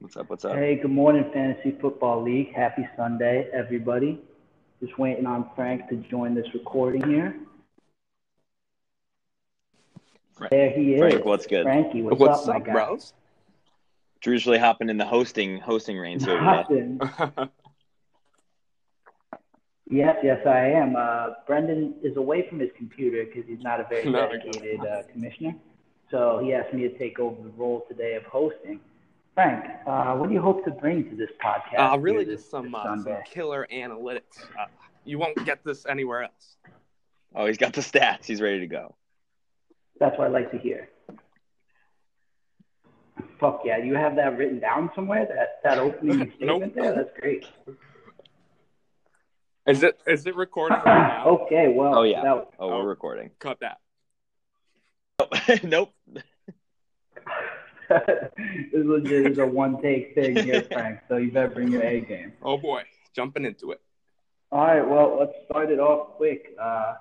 What's up? What's up? Hey, good morning, Fantasy Football League. Happy Sunday, everybody. Just waiting on Frank to join this recording here. Fra- There he is. Frank, what's good? Frankie, what's, up, my guy? Rouse? Drew's really hopping in the hosting hosting range here today. Nothing. Uh, Yes, yes, I am. Uh, Brendan is away from his computer because he's not a very No, I got it. dedicated uh, commissioner. So he asked me to take over the role today of hosting. Frank, uh, what do you hope to bring to this podcast? uh, really, here just some, this uh, some Sunday? killer analytics. Uh, you won't get this anywhere else. Oh, he's got the stats. He's ready to go. That's what I like to hear. Fuck yeah, you have that written down somewhere? That that opening statement Nope. there? That's great. Is it is it recording right now? okay, well, Oh, yeah. that- Oh, Oh. we're recording. Oh, Cut that. nope. this legit is a one take thing here, Frank. So you better bring your A game. Oh boy, jumping into it. All right, well, let's start it off quick. Uh,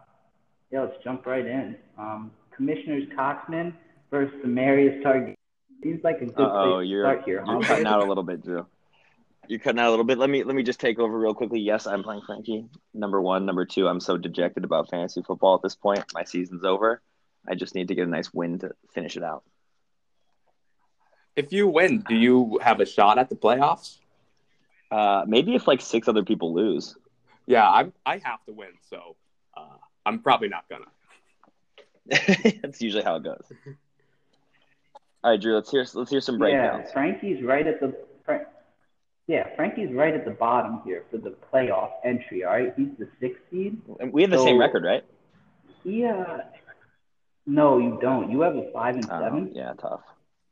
yeah, let's jump right in. Um, Commissioners Coxman versus Demarius Target. Seems like a good Uh-oh, place to you're- start here. You're huh? cutting out a little bit, Drew. You're cutting out a little bit. Let me let me just take over real quickly. Yes, I'm playing Frankie. Number one, number two. I'm so dejected about fantasy football at this point. My season's over. I just need to get a nice win to finish it out. If you win, do you have a shot at the playoffs? Uh, maybe if like six other people lose. Yeah, I'm. I have to win, so uh, I'm probably not gonna. That's usually how it goes. All right, Drew. Let's hear let's hear some breakdowns. Yeah, Frankie's right at the. Frank, yeah, Frankie's right at the bottom here for the playoff entry. All right, he's the sixth seed. And We have the So- same record, right? He, uh, no, you don't. You have a five and Oh, seven. yeah, tough.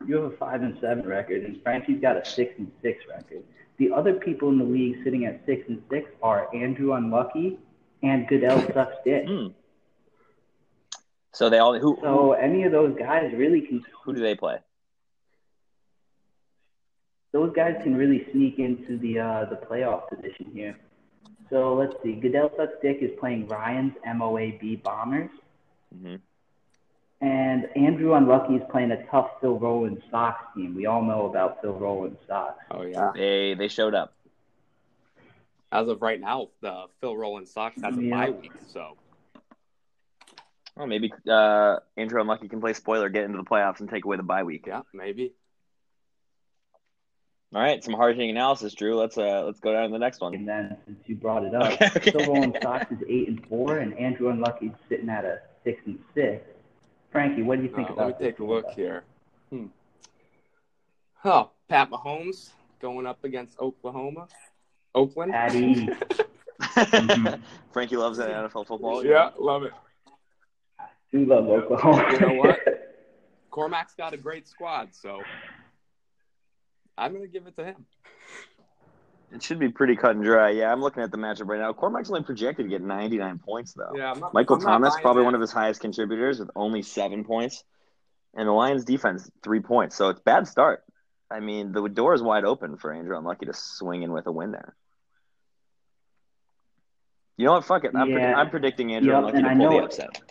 You have a five and seven record, and Frankie's got a six and six record. The other people in the league sitting at six and six are Andrew Unlucky and Goodell sucks dick. Hmm. So they all who So any of those guys really can who do they play? those guys can really sneak into the uh, the playoff position here. So let's see. Goodell sucks dick is playing Ryan's MOAB Bombers, Mhm. and Andrew Unlucky is playing a tough Phil Rowland Sox team. We all know about Phil Rowland Sox. Oh yeah. They they showed up. As of right now, the Phil Rollins Sox has a Yeah. bye week, so Well, maybe uh, Andrew Unlucky can play spoiler, get into the playoffs, and take away the bye week. yeah, maybe. All right, some hard hitting analysis, Drew. Let's uh let's go down to the next one. And then since you brought it up, Okay, okay. Phil Rowland Sox is eight and four, and Andrew Unlucky's sitting at a six and six. Frankie, what do you think Uh, about let me this take a one, look bud? here. Hmm. Oh, Pat Mahomes going up against Oklahoma, Oakland. Patty, Mhm. Frankie loves that NFL football. Yeah, love it. we love Oklahoma. You know what? Cormac's got a great squad, so I'm gonna give it to him. it should be pretty cut and dry. Yeah, I'm looking at the matchup right now. Cormac's only projected to get 99 points though. Oh. Yeah, I'm not, Michael Thomas, probably one of his highest contributors with only seven points. And the Lions defense, three points. So it's bad start. I mean, the door is wide open for Andrew Unlucky to swing in with a win there. You know what? Fuck it. I'm, pred- Yeah. I'm predicting Andrew Yep, Unlucky and to I pull know the it. upset.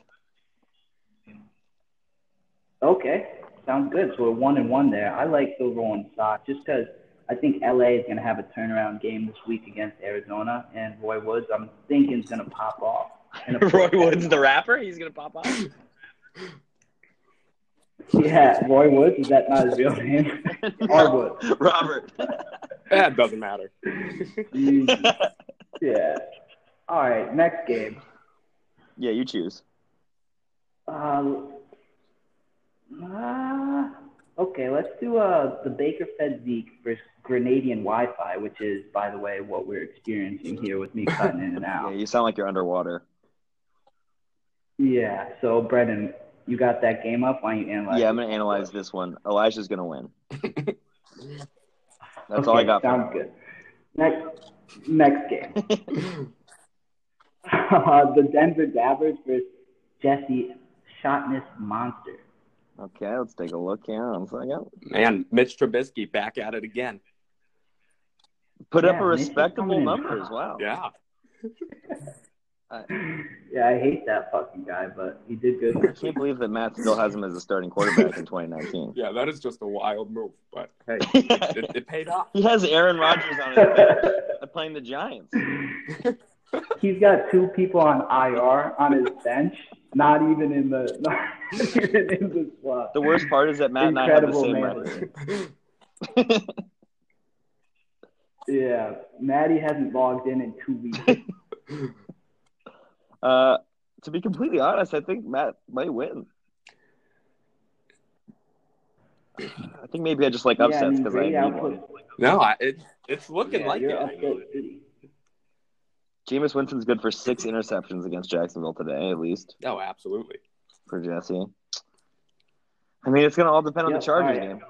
Okay, sounds good. So we're one and one there. I like the rolling stock just because I think LA is going to have a turnaround game this week against Arizona, and Roy Woods, I'm thinking, is going to pop off. in a Roy fourth Woods, the quarter. rapper, he's gonna pop off. Yeah, Roy Woods. Is that not his real name? Or Woods. Robert. That doesn't matter. Jesus. Mm, Yeah. All right, next game. yeah, you choose. Um, uh, okay, let's do uh, the Baker Fed Zeke versus Grenadian Wi Fi, which is, by the way, what we're experiencing here with me cutting in and Yeah, out. you sound like you're underwater. Yeah, so, Brendan, you got that game up? Why don't you analyze yeah, it? I'm gonna analyze this one. Elijah's gonna win. That's all Okay, I got. for Sounds good. Next, next game. uh, the Denver Dabbers versus Jesse Shotness Monster. Okay, let's take a look here. One second. Man, Mitch Trubisky back at it again. Put Yeah, up a Mitch is respectable coming in numbers. hot. Wow. Yeah, yeah, I hate that fucking guy, but he did good. I can't believe that Matt still has him as a starting quarterback in 2019. Yeah, that is just a wild move, but hey, it, it paid off. he has Aaron Rodgers on his bench uh, playing the Giants. He's got two people on IR on his bench, not even in the not even in the slot. The worst part is that Matt and I have the Incredible same man. record. Yeah, Maddie hasn't logged in in two weeks. Uh, to be completely honest, I think Matt might win. I think maybe I just like yeah, I upsets mean, because great I need output. one. No, I, it, it's looking Yeah, like you're it. upstate city. Jameis Winston's good for six interceptions against Jacksonville today, at least Oh, absolutely. for Jesse. I mean, it's gonna all depend on Yeah, the Chargers all right. game.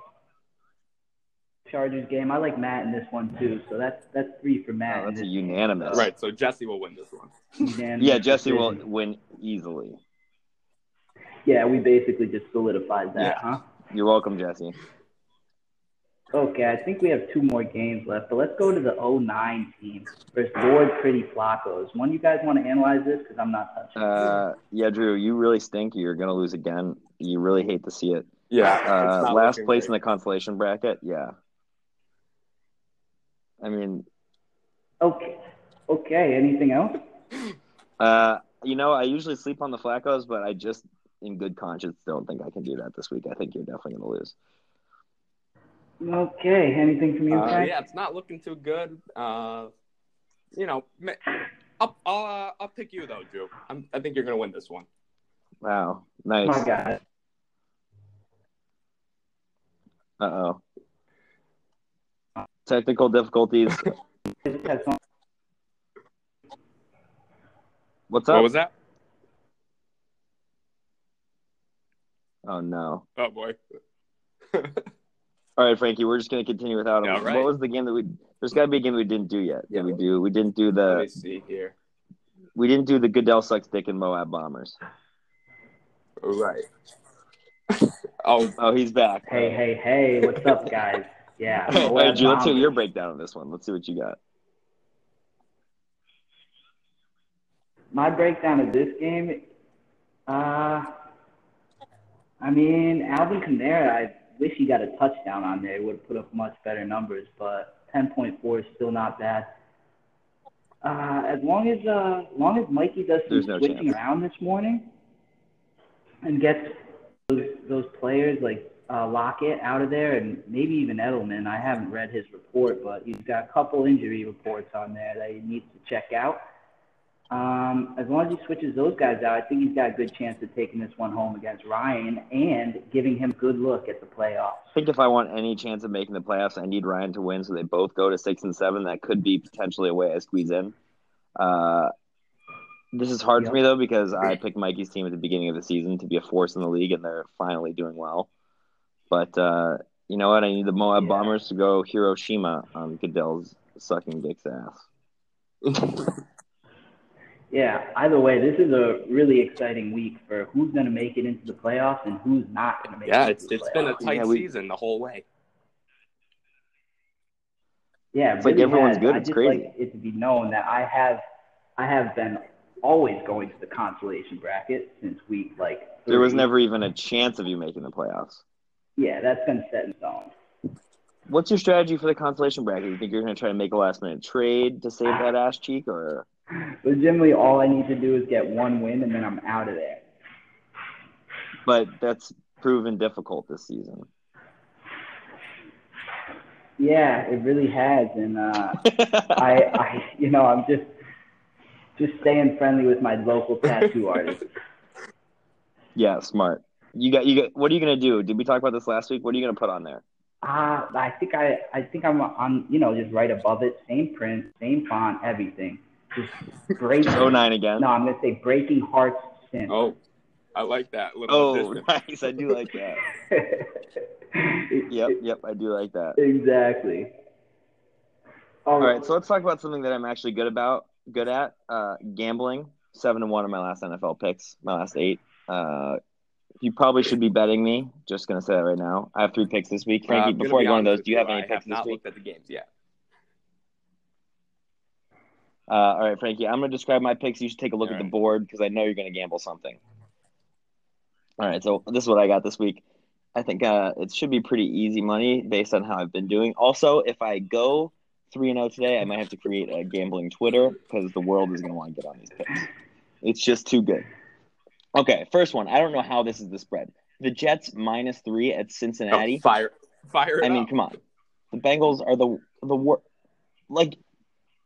Chargers game. I like Matt in this one too. So that's that's three for Oh, Matt. in that's a this unanimous. Right, so Jesse will win this one. unanimous Yeah, Jesse will decision. win easily. Yeah, we basically just solidified that, Yeah. huh? You're welcome, Jesse. Okay, I think we have two more games left, but let's go to the 09 team versus Board Pretty Flacos. One, you guys want to analyze this because I'm not touching. it. Uh, yeah, Drew, you really stink. You're gonna lose again. You really hate to see it. Yeah. it's Uh, not last looking place in great. the consolation bracket. Yeah. I mean, okay, okay. Anything else? uh, you know, I usually sleep on the Flacos, but I just, in good conscience, don't think I can do that this week. I think you're definitely gonna lose. Okay, anything from you Uh, guys? yeah, it's not looking too good. Uh, you know, ma- I'll, I'll, uh, I'll pick you though, Drew. I'm, I think you're gonna win this one. Wow, My nice. God. Uh oh. Technical difficulties. This has some- What's What up? was that? oh no. Oh boy. All right, Frankie, we're just gonna continue without him. Yeah, right. What was the game that we? There's got to be a game we didn't do yet. Yeah. That we do. We didn't do Let me the. see here. We didn't do the Goodell sucks dick and Moab bombers. All right. oh, Oh, he's back. Hey, hey, hey! What's up, guys? Yeah. All right, Drew, let's hear Bob- your breakdown of this one. Let's see what you got. my breakdown of this game, uh, I mean, Alvin Kamara, I wish he got a touchdown on there. It would have put up much better numbers, but 10.4 is still not bad. Uh, as long as uh, as long as Mikey does some There's no switching chance. around this morning and gets those, those players like uh, Lockett out of there and maybe even Edelman. I haven't read his report, but he's got a couple injury reports on there that he needs to check out. Um, as long as he switches those guys out, I think he's got a good chance of taking this one home against Ryan and giving him good look at the playoffs. I think if I want any chance of making the playoffs, I need Ryan to win, so they both go to six and seven. That could be potentially a way I squeeze in. Uh, this is hard for me Yeah. though because I picked Mikey's team at the beginning of the season to be a force in the league, and they're finally doing well. But uh, you know what? I need the Moab Yeah. Bombers to go Hiroshima on Goodell's sucking dick's ass. Yeah, either way, this is a really exciting week for who's going to make it into the playoffs and who's not going to make yeah. it into It's the it's been a playoffs. tight Yeah, we- season the whole way. Yeah, it It's like really everyone's has. good, I it's just crazy. like it to be known that I have, I have been always going to the consolation bracket since week like. There was three. never even a chance of you making the playoffs. Yeah, that's been set in stone. What's your strategy for the consolation bracket? You think you're going to try to make a last minute trade to Ah. save that ass cheek, or Legitimately, all I need to do is get one win and then I'm out of there. but that's proven difficult this season. Yeah, it really has, and uh, I I, I, you know, I'm just, just staying friendly with my local tattoo artist. yeah, smart. You got you got. What are you going to do? Did we talk about this last week? What are you going to put on there? Ah, I think I, I think I'm, I'm, you know, just right above it, same print, same font, everything. Just breaking. Oh nine again. No, I'm gonna say breaking hearts sin. Oh, I like that little Oh, addition. nice. I do like that. Yep, yep. I do like that. Exactly. Oh, All right, so let's talk about something that I'm actually good about, good at, uh, gambling. Seven and one in my last NFL picks, my last eight. Uh, you probably should be betting me. Just gonna say that right now. I have three picks this week. Uh, I'm Frankie, gonna before I be go on honest those, with do you have any I picks have not this week? looked at the games yet. Uh, all right, Frankie, I'm going to describe my picks. You should take a look All at the right. board because I know you're going to gamble something. All right, so this is what I got this week. I think uh, it should be pretty easy money based on how I've been doing. Also, if I go 3 0 today, I might have to create a gambling Twitter because the world is going to want to get on these picks. It's just too good. Okay, first one. I don't know how this is the spread. The Jets minus three at Oh, Cincinnati. fire, fire! It I mean, up. come on. The Bengals are the the wor- like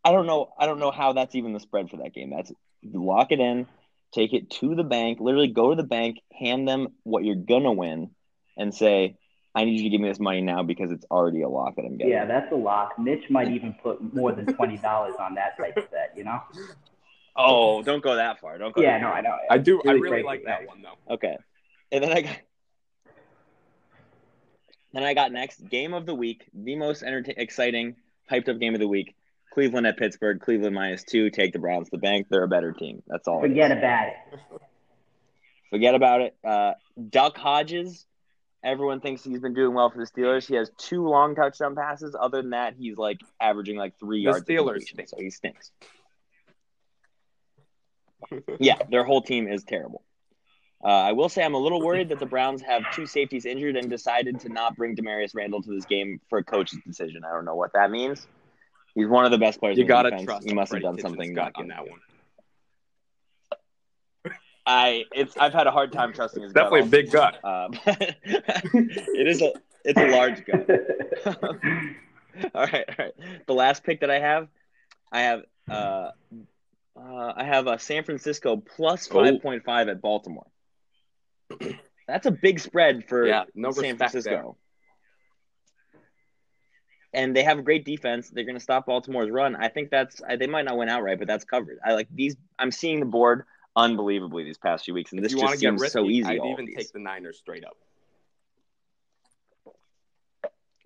I don't know I don't know how that's even the spread for that game. That's lock it in, take it to the bank, literally go to the bank, hand them what you're gonna win, and say, I need you to give me this money now because it's already a lock that I'm getting. Yeah, that's a lock. Mitch might even put more than twenty dollars on that type of bet, you know? Oh, don't go that far. Don't go Yeah, that no, I know. I do. I Really really great like back. that one though. Okay. And then I got Then I got next game of the week, the most enterta- exciting, hyped up game of the week. Cleveland at Pittsburgh, Cleveland minus two, take the Browns to the bank. They're a better team. That's all. it is. Forget about it. Forget about it. Uh, Duck Hodges, everyone thinks he's been doing well for the Steelers. He has two long touchdown passes. Other than that, he's like averaging like three The yards. of Steelers completion, stink. so he stinks. yeah, their whole team is terrible. Uh, I will say I'm a little worried that the Browns have two safeties injured and decided to not bring Demarius Randall to this game for a coach's decision. I don't know what that means. He's one of the best players. You in the gotta defense. trust. He must have Freddie done Kitchens' something. gut not on good. that one. I it's I've had a hard time trusting his. gut Definitely a all big gut. um, it is a it's a large go. all right, all right. The last pick that I have, I have uh, uh I have a San Francisco plus Oh. five point five at Baltimore. That's a big spread for Yeah, no San respect Francisco. there. And they have a great defense. They're going to stop Baltimore's run. I think that's I- they might not win outright, but that's covered. I like these. I'm seeing the board unbelievably these past few weeks, and If this you want just to get seems risky, so easy. I'd all of even these. take the Niners straight up.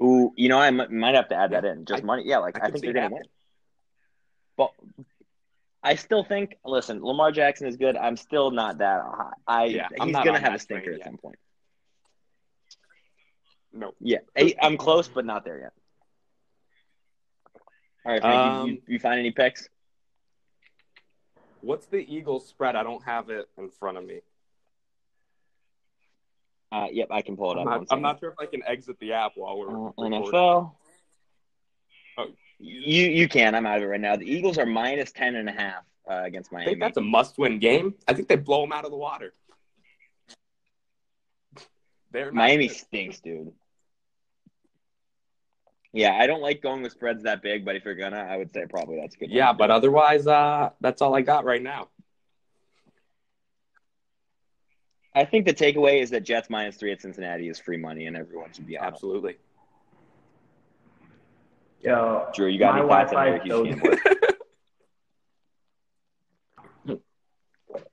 Ooh, you know, I mi- might have to add that in. Just I- money. Yeah, like I, I could think see they're that. gonna win. But I still think. Listen, Lamar Jackson is good. I'm still not that high. I Yeah, I'm he's not gonna on have a that train stinker at yet. some point. No, Yeah, I, am close, but not there yet. All right, Frankie, you, Um, you find any picks? what's the Eagles spread? I don't have it in front of me. Uh, yep, I can pull it I'm up. not, one I'm second. not sure if I can exit the app while we're Uh, recording. NFL. Oh. You you can. I'm out of it right now. The Eagles are minus ten and a half uh, against I Miami. think that's a must-win game. I think they blow them out of the water. They're not Miami good. stinks, dude. Yeah, I don't like going with spreads that big, but if you're gonna, I would say probably that's a good. Yeah, one. but otherwise, uh, that's all I got right now. I think the takeaway is that Jets minus three at Cincinnati is free money, and everyone should be on it. Absolutely. Yo, Drew, you got my any thoughts on Wi-Fi Yankees so- game?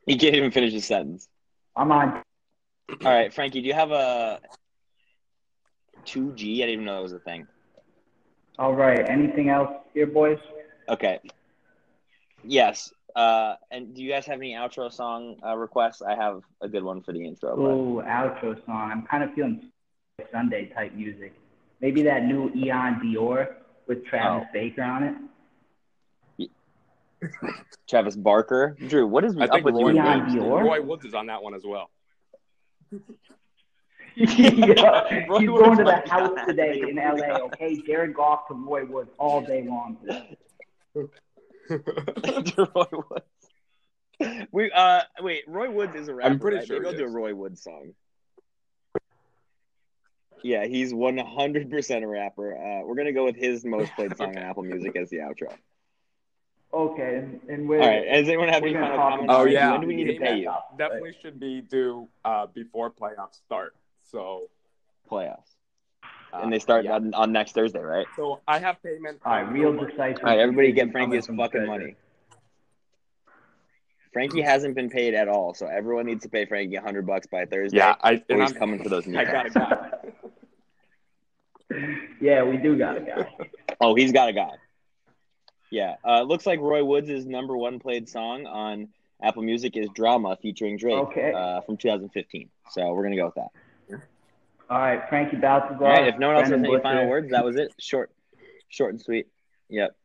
He can't even finish his sentence. I'm on. All right, Frankie, do you have a two G? I didn't even know that was a thing. All right. Anything else here, boys? Okay. Yes. Uh, and do you guys have any outro song uh, requests? I have a good one for the intro. but- Ooh, outro song. I'm kind of feeling Sunday type music. Maybe that new Eon Dior with Travis Oh. Baker on it. Travis Barker. Drew, what is I up think with Roy your Leon names? Dior. Roy Woods is on that one as well. yeah, Roy he's Woods going to the might be on house that. today They in completely LA. Okay, Jared Goff to Roy Woods all day long. Today. Roy Woods. We uh wait, Roy Woods is a rapper. pretty right? sure Maybe he I'll do a is. Roy Woods song. Yeah, he's one hundred percent a rapper. Uh, we're gonna go with his most played song on Apple Music as the outro. Okay, and, and All where? right. Does anyone have We're any gonna final talk comments? about- Oh, yeah. When do we need to pay you? Definitely should be due uh, before playoffs start. So, Playoffs. uh, And they start yeah. on, on next Thursday, right? So I have payment. All right, real decisive. All right, everybody get decision Frankie coming his from the fucking treasurer. money. Frankie hasn't been paid at all, so everyone needs to pay Frankie hundred bucks by Thursday. Yeah, I or and he's I'm, coming for those I kneecaps. got a guy. Yeah, we do got a guy. Oh, he's got a guy. Yeah, uh, it looks like Roy Woods' number one played song on Apple Music is "Drama" featuring Drake Okay. uh, from 2015. So we're gonna go with that. All right, Frankie All Balthazar. right. If no one else has Brendan any final Butcher. words, that was it. Short, short and sweet. Yep.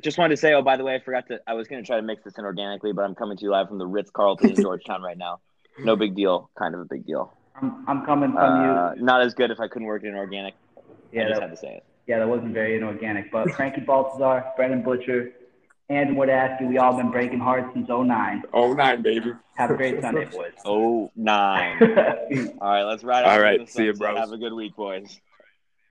Just wanted to say, oh, by the way, I forgot to. I was going to try to mix this in organically, but I'm coming to you live from the Ritz Carlton in Georgetown right now. No big deal, kind of a big deal. I'm, I'm coming from Uh, you. not as good if I couldn't work it in organic. I Yeah, just that, had to say it. yeah, that wasn't very inorganic. But Frankie Baltazar, Brendan Butcher, and Wardasky, we all been breaking hearts since '09. Oh nine, baby. Have a great Sunday, boys. Oh nine. All right, let's ride. All out to right, the see ya, sunset. bros. Have a good week, boys.